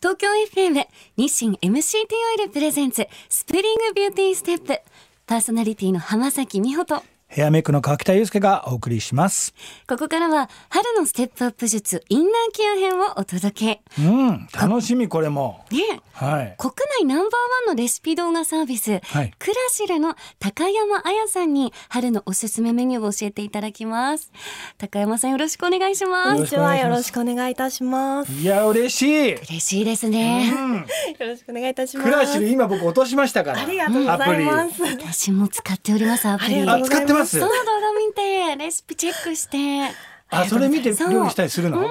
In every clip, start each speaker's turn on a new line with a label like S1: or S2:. S1: 東京 FM 日清 MCT オイルプレゼンツスプリングビューティーステップパーソナリティの浜崎美穂と
S2: ヘアメイクの川北祐介がお送りします。
S1: ここからは春のステップアップ術インナーケア編をお届け
S2: うん、楽しみこれも。
S1: ね
S2: はい。
S1: 国内ナンバーワンのレシピ動画サービス、
S2: はい
S1: クラシルの高山彩さんに春のおすすめメニューを教えていただきます高山さんよろしくお願いしま
S2: よ
S1: す
S2: ろ
S3: こ
S2: し
S3: んに
S2: く
S3: ち
S2: お願
S3: はい
S2: します
S3: よろしくお願いいたします。
S2: いや嬉しい。
S1: 嬉しいですね、
S2: うん、
S3: よろしくお願いいたします。
S2: クラシル今僕落としましたから。
S3: ありがとうございま
S2: ア
S3: す。
S1: 私も使っておりますアプ
S3: あ
S1: リ
S3: り
S2: プリ。
S3: がと
S2: あ
S3: うござ
S2: 使
S3: います
S2: ってます
S1: その。動画見てレシピチェックして
S2: あそれ見て
S1: そう
S2: 料理したりするの。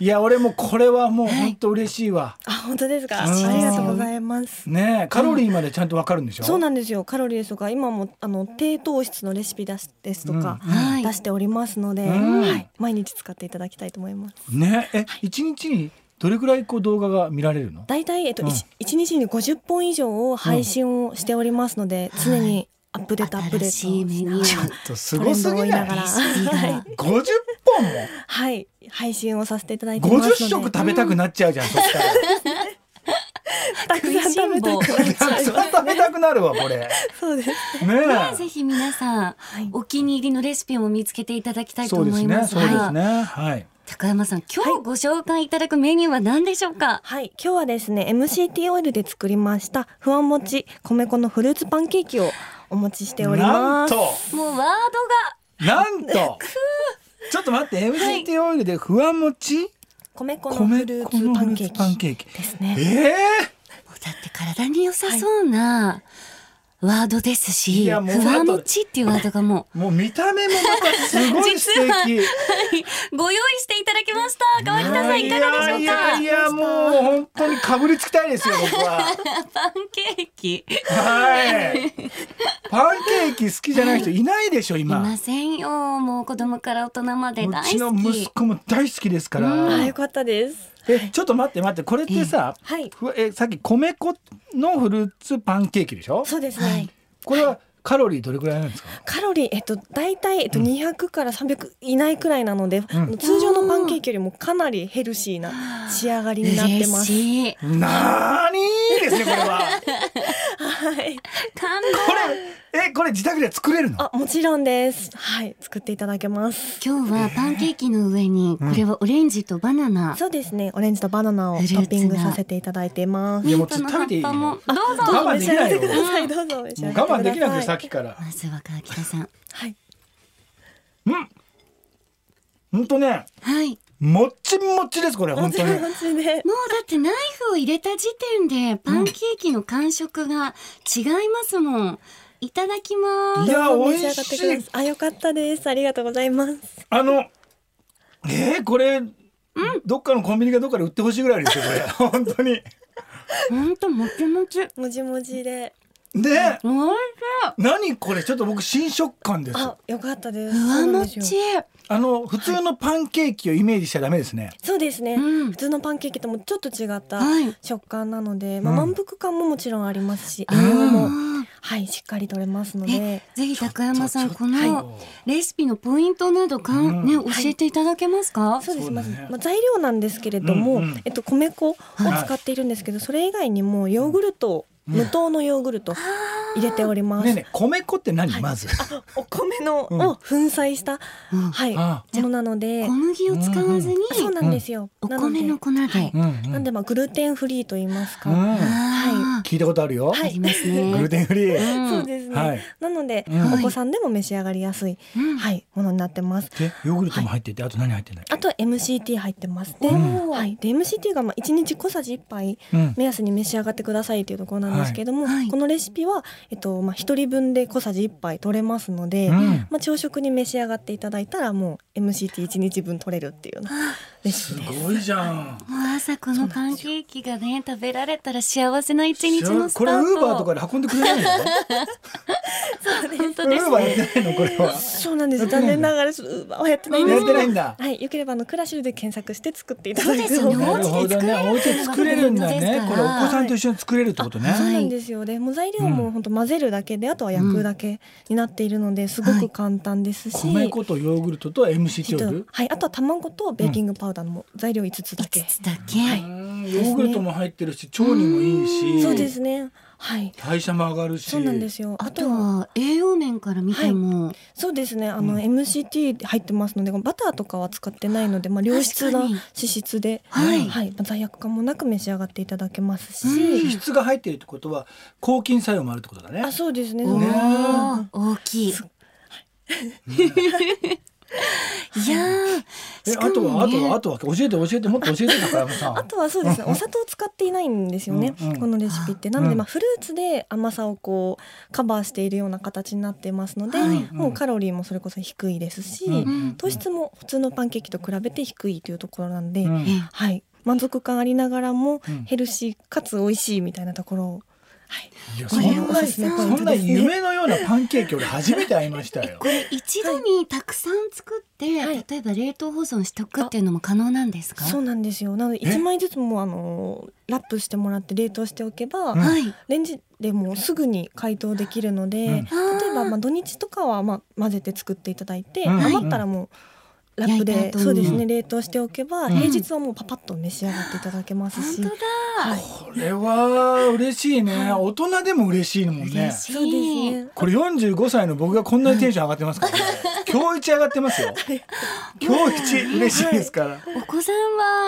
S2: いや俺もこれはもう
S1: い
S2: 本当嬉しいわ。
S3: あ本当ですか。あ
S2: うん
S3: りがとうございます。
S2: ねえカロリーまでちゃんとわかるんでしょ。
S3: そうなんですよカロリーですとか今もあの低糖質のレシピ出しですとか、
S2: うん
S1: はい
S3: 出しておりますので、
S2: うん
S3: はい、毎日使っていただきたいと思います。
S2: ねええ一日にどれくらいこう動画が見られるの？
S3: だいたいえっと
S2: うん
S3: 一一日に50本以上を配信をしておりますので、常にアップデートアップデ
S1: 新しいメ
S3: ー
S1: ニ
S3: ト。
S1: ュー
S2: ちょっとすごすぎ
S3: トレンドを追いな
S2: な
S3: が
S2: い
S3: ら。
S1: が
S2: 五十本も。
S3: はい配信をさせていただいて
S2: 五
S3: ますの
S2: 十
S3: で。
S2: 食食べたくなっちゃうじゃん。そした ら。
S3: たくさん食べたくなっち
S2: た
S3: ゃ
S2: く
S3: い
S2: さ
S3: ま
S2: ん食べたくなるわこれ。ね
S3: す。そうです。
S2: え。
S1: ぜひ皆さん
S3: はい
S1: お気に入りのレシピも見つけていただきたいと
S2: そう
S1: 思
S2: です
S1: い
S2: ね。
S1: ます
S2: そう
S1: が、
S2: ですね。はい。
S1: 高山さん今
S3: は
S1: 日ご紹介いただくメニューは何でしょうか、
S3: はい、今日はですね、MCT オイルで作りましたふわもち米粉のフルーツパンケーキをお持ちしており
S2: なん
S3: ます。
S2: と、
S1: もうワード
S2: な んと。ちょっと待って、MCT オイルでふわもち、
S3: 米粉のフ
S2: 米
S3: ルー
S2: 粉
S3: ツ
S2: の
S3: パ
S2: フル
S3: ン
S2: ー
S3: ケー
S2: ツ
S3: キ
S2: パンケーキ。
S3: ですね。
S2: ええ
S1: がだって体に良さそうなワードです
S2: い
S1: し、
S2: やもう
S1: ふわもちっていうワードがも
S2: もう見た目もまたす ごい素敵。
S1: うご用意していただきました川北さんいかがでしょう
S2: い
S1: か
S2: やいやもう本当にかぶりつきたいですよ僕は。
S1: パンケーキい
S2: はい。パンケーキ好きじゃない人いないでしょ今。
S1: ませんよもう子供から大人まで
S2: う
S1: 大
S2: ちの
S1: 好
S2: 息
S1: き
S2: 子も大好きですか
S3: あ、
S2: ら
S3: よ。かったです。
S2: え、ちょっと待って待って、これってさ、
S3: はい、
S2: ふわえさっき米粉のフルーツパンケーキでしょ
S3: そうですね。
S1: はい
S2: これはカロリーどれくらいなんですか
S3: カロリーえっと大体えっと200から300いないくらいなので、
S2: ん
S3: 通常のパンケーキよりもかなりヘルシーな仕上がりになって
S1: 嬉
S3: ます。
S1: しい
S2: なーにーですねこれは
S3: はい。
S1: 感
S2: こ
S1: 動
S2: れえこれ自宅で作れるの
S3: あ、もちろんです。はい、作っていただけます。
S1: 今日はパンケーキの上にこれはオレンジとバナナ、
S3: そうですね。オレンジとバナナをト
S1: フルーツな
S3: ッピングさせていただいてます。
S1: ミ
S2: やも
S1: ン
S2: うち
S1: ト
S2: ょ
S1: の
S2: っ
S1: 葉
S2: と食べ
S1: って
S2: いい
S1: ぱもどうぞ
S2: 我慢できないよ
S3: 召し上がってください。どうぞ召し
S2: も
S3: 上
S2: う
S3: がってくださ
S2: 我
S3: い。
S2: 慢できなくてさっきから
S1: まずは川北さん
S3: はい。
S2: うんほんとね
S1: はいも
S2: もっちもっちですこれ
S3: も
S2: 本
S3: ち
S2: 当
S3: ろ
S2: に
S3: んもちろんで。
S1: うだってナイフを入れた時点でパンケーキの感触が違いますもんいただきま
S2: い
S1: す
S2: や
S3: どうぞ
S2: 美
S3: 召し上
S2: 味
S3: がって
S2: し
S3: くだ
S2: い
S3: さい。あ、よかったです。ありがとうございます。
S2: あのえー、これどっかのコンビニかどっかで売ってほしいぐらいです よこれ本当に
S1: ほんともちもち
S3: もじもじで。
S2: で
S1: おい
S2: 何これちょっと僕新食感です
S3: あ、よかったです。
S1: しいふわも
S3: そうなんで
S1: ち
S3: すよ
S2: あの普通のパンケーキをイメージしちゃダメですね。
S3: そうですね。
S1: うん
S3: 普通のパンケーキともちょっと違った
S1: はい
S3: 食感なので、まあ
S2: うん
S3: 満腹感ももちろんありますし、
S2: う
S3: 栄
S2: ん
S3: 養も
S1: あ
S3: はいしっかりとれますの
S1: ーえ
S3: で。
S1: ぜひ高山さん
S2: ちょっ
S1: こと
S2: ちょっと
S1: のレシピのポイントなどかん、
S2: うん
S1: ね教えていただけますか、
S3: そうです
S2: そうだ
S3: ま
S2: ね
S3: ず、まあ、材料なんですけれども、
S2: うんうん
S3: えっと、米粉を使っているんですけど、それ以外にもヨーグルトを、無糖のヨーグルトを入れております、
S2: ねえねえ米粉って何、まず。
S3: お米の、
S2: うん
S3: を粉砕した、
S1: うん
S3: はい、
S2: あ
S3: ものなので
S1: 小麦を使わずに、
S3: そうなんですよ、
S1: お
S3: なので
S1: 米の粉で、
S2: うんうん
S3: なんでまあグルテンフリーと言いますか、
S2: うん
S1: あー
S2: 聞いたことあるよ。
S1: ありますね
S2: グルテンフリー。
S1: うん
S3: そうですね、
S2: はい
S3: なので、
S2: うん
S3: お子さんでも召し上がりやすい、
S1: うん
S3: はい、ものになってます
S2: でヨーグルトも入ってて、あと何入ってない。
S3: あとは MCT 入ってますで,、
S2: うん
S3: はい、で MCT がまあ1日小さじ1杯
S2: うん
S3: 目安に召し上がってくださいというところなんですけども、
S1: はいはい
S3: このレシピは、えっとまあ、1人分で小さじ1杯取れますので、
S2: うん
S3: まあ、朝食に召し上がっていただいたらもう MCT1 日分取れるっていうようなレ
S2: す
S3: シピです。
S2: ごいじゃん。
S1: もう朝このパンケーキがね食べられたら幸せな一日
S2: 知ら
S1: の
S2: ん
S1: スタート
S2: これウーバーとかで運んでくれないの？
S3: そうです
S1: 本当
S2: ウ
S1: で
S2: ー
S1: す
S2: バー
S1: ね。
S2: やってないのこれは。
S3: そうなんです。残念ながら、ウーバーはやってないんで
S2: や
S3: す
S2: って
S3: けど。
S2: ないんだ。
S3: はい、よければ、あの、クラシルで検索して作っていただいて
S1: そうですよね
S2: なるほどね。お
S1: お
S2: 家
S1: 家
S2: で
S1: で
S2: 作
S1: 作
S2: れ
S1: れ
S2: る
S1: る
S2: ん
S1: ん
S2: だ
S1: だ
S2: ね。これお子さんと一緒に作れるってことね。
S3: そう
S1: はい
S3: なんですよね。もう材料も本当混ぜるだけで、あとは焼くだけになっているので、すごく簡単ですし。
S2: 米粉とヨーグルトと MCT オイル。
S3: はい、あとは卵とベーキングパウダーのも材料5つだけ。
S1: 5つだけ。
S2: うーんヨーグルトも入ってるし腸にもいいし。
S3: そうですね。はい。
S2: 代謝も上がるし。
S3: そうなんですよ。
S1: あ
S3: あ
S1: と
S3: と
S1: は栄養面から見ても、
S3: そうですね。あの、MCT 入ってますので、バターとかは使ってないので、まあ良質な
S1: 確か
S3: 脂
S1: に
S3: 質で、
S1: はい
S3: まあ罪悪感もなく召し上がっていただけますし、
S2: 皮質が入ってるってことは抗菌作用もあるってことだね。
S3: あ、そうですね。
S1: お
S3: そうですね
S1: ー大きい。 いやー、
S2: え
S1: し
S2: あ
S1: か
S2: とは
S1: も
S2: あとはあ
S1: ね、
S2: とは教えて教えてもっと教えて高山さ ん。
S3: あとはそうですね、お砂糖使っていないんですよね、
S2: うんうん
S3: このレシピって。なので、まあ、フルーツで甘さをこうカバーしているような形になってますので、
S1: はい
S3: もうカロリーもそれこそ低いですし、
S2: うん
S1: うん
S3: 糖質も普通のパンケーキと比べて低いというところなんで、
S2: うん
S1: え
S3: はい、満足感ありながらも
S2: うん
S3: ヘルシーかつ美味しいみたいなところを、はい、
S2: いや
S3: こ
S2: そん
S3: れ
S2: な
S3: はおすすめポイン
S2: そん
S3: ト
S2: な
S3: ですね。
S2: 夢のようなパンケーキ俺初めて会いま したよ
S1: こ。れ一度にたくさん作って、
S3: はい
S1: 例えば冷凍保存しとくっていうのも可能なんですか？
S3: そうなんですよなので
S2: え
S3: 1枚ずつもうあのラップしてもらって冷凍しておけば、
S2: ん
S1: はい。
S3: レンジでもうすぐに解凍できるので、
S2: うん
S3: 例えばまあ土日とかはまあ混ぜて作っていただいて、
S2: うん
S3: 余ったらもうラップ
S1: 焼い
S3: で
S1: た後に
S3: そうですね冷凍しておけば、
S2: うん
S3: 平日はもうパパッと召し上がっていただけます
S1: 本
S3: し、
S1: 当だ。
S3: はい
S2: これは嬉しいね。大人でも嬉しいもんね
S1: 嬉。しい。
S3: そうですね
S2: これ45歳の僕がこんなにテンション上がってます からね。今日一上がってますよ。今日一嬉しいですから。
S1: お子さん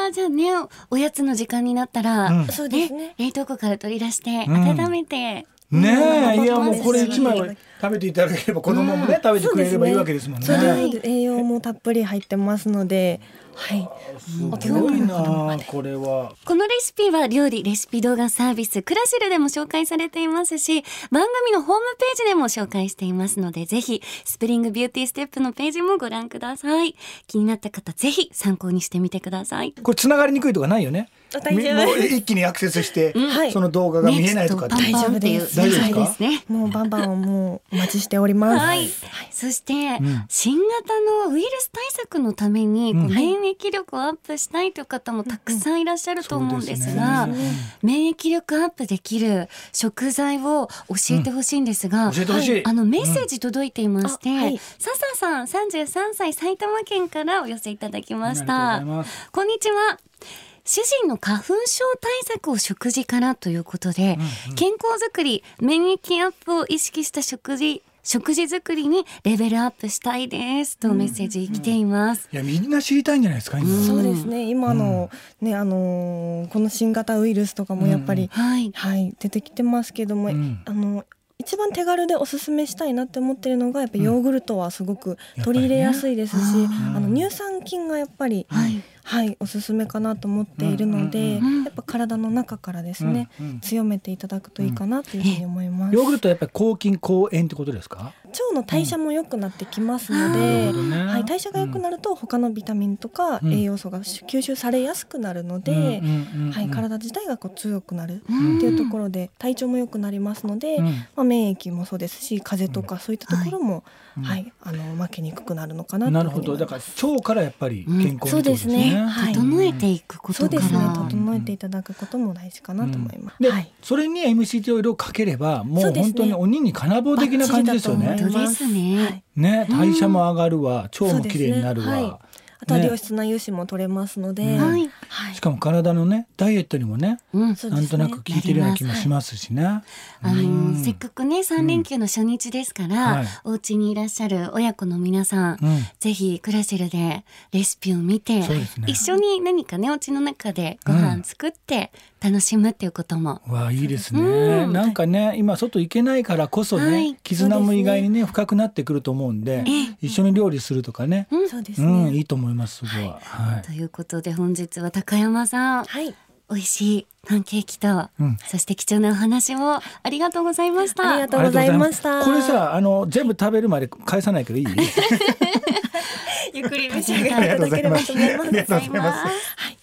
S1: はじゃあね、おやつの時間になったら、
S2: うん
S3: そうで
S1: ね
S3: すね
S1: 冷凍庫から取り出して
S2: うん
S1: 温めて、
S2: ね
S3: う
S2: え、
S3: ん
S2: いやもうこれ
S1: そうです
S2: 一枚は食べていただければ子供もね食べてくれればいいわけですもんね。
S3: そうですね
S1: ね
S3: 栄養もたっぷり入ってますので、はい、
S2: すごいなこれは。
S1: このレシピは料理レシピ動画サービスクラシルでも紹介されていますし、番組のホームページでも紹介していますので、ぜひ、スプリングビューティーステップのページもご覧ください。気になった方、ぜひ参考にしてみてください。
S2: これ繋がりにくいとかないよね。
S3: あ大
S2: み
S3: 丈夫
S2: もう一気にアクセスして、
S3: はい
S2: その動画が見えないとかって
S1: ネクストパンパンっていう
S2: 大丈夫ですか
S1: はいですね。
S3: もうバンバンをもうお待ちしております。
S1: はい。そして、
S2: ん
S1: 新型のウイルス対策のために、こ
S2: う
S1: うん免疫力をアップしたいという方もたくさんいらっしゃると思うんですが、
S2: そうですね
S1: 免疫力アップできる食材を教えてほしいんですが、
S2: 教えてほしい。
S1: あのメッセージ届いていまして、
S3: うんあはい
S1: 笹さん33歳埼玉県からお寄せいただきました
S2: ありがとうございます
S1: こんにちは主人の花粉症対策を食事からということで、健康づくり免疫アップを意識した食事食事作りにレベルアップしたいですとメッセージ来ています、
S2: いやみんな知りたいんじゃないですか今。
S3: そうですね。今の、ね、あのーこの新型ウイルスとかもやっぱり、
S1: はい
S3: はい、出てきてますけども、
S2: うん
S3: あの一番手軽でおすすめしたいなって思ってるのがやっぱヨーグルトはすごく取り入れやすいですし、
S1: やっぱ
S2: りね
S3: あ
S2: う
S3: の
S2: ん
S3: 乳酸菌がやっぱり、
S1: は
S3: はいいおすすめかなと思っているので、
S1: うんうんうん
S3: やっぱ体の中からですね、
S2: うんうん
S3: 強めていただくといいかなというふうに思います。
S2: ヨーグルトはやっぱり抗菌抗炎ってことですか。
S3: 腸の代謝も良くなってきますの
S2: な
S3: で、
S2: るほどね
S3: はい、代謝が良くなると他のビタミンとか
S2: うん
S3: 栄養素が吸収されやすくなるので、はい、体自体がこう強くなるって
S1: ん
S3: いうところで体調も良くなりますので、
S2: うん
S3: まあ、免疫もそうですし風邪とかそういったところも、はいあの負けにくくなるのかなと
S2: な
S3: いう
S2: る
S3: ふ
S2: ほ
S3: うに思
S2: ど。
S3: いま
S2: だ
S3: す
S2: から腸からやっぱり
S1: うん
S2: 健康にってことです
S3: そうです
S2: ね。
S3: ねはい
S1: 整えていくこ
S3: そ
S1: とか
S3: うで
S1: ら
S3: すね
S2: と
S3: 整えていただくことも大事かなと思います。
S2: で、
S3: はい
S2: それに MCT オイルをかければも
S3: そううですね
S2: 本当に鬼に金棒的な感じですよ
S3: バッ
S2: ね
S3: チリだと思いま。
S1: 本当ですね、
S3: はい
S2: ね代謝も上がるわ腸
S3: そう
S2: も
S3: ですね
S2: 綺麗になるわ、
S3: はいあとは
S2: ね
S3: 良質な油脂も取れますので、
S2: うん
S1: はい
S3: はい
S2: しかも体のねダイエットにもね
S1: うん
S3: そう
S2: な
S3: ですね
S2: んとなく効いてるような気もしますしね。
S1: あの
S2: うん
S1: せっかくね3連休の初日ですから、
S2: はい
S1: お家にいらっしゃる親子の皆さん、
S2: うん
S1: ぜひクラシルでレシピを見て、
S2: そうですね
S1: 一緒に何かねお家の中でご飯作って楽しむっていうことも、
S2: わあいいですね、
S1: うん
S2: なんかね今外行けないからこそね、
S1: はい
S2: 絆も意外に
S3: そう
S2: ね深くなってくると思うんで、一緒に料理するとかね、
S1: うん
S3: そうです
S2: う
S3: ね、
S2: んいいと思いますすごい、はい
S1: ということで本日は高山さん
S3: はい
S1: 美味しいパンケーキと、
S2: うん
S1: そして貴重なお話をありがとうございました。
S3: ありがとうございまし
S2: あ
S3: た
S2: りがとうございますこれさあの全部食べるまで返さないけどいい
S3: ゆっくり召し上がっていただければと思います。
S1: ありがとうございます
S3: はい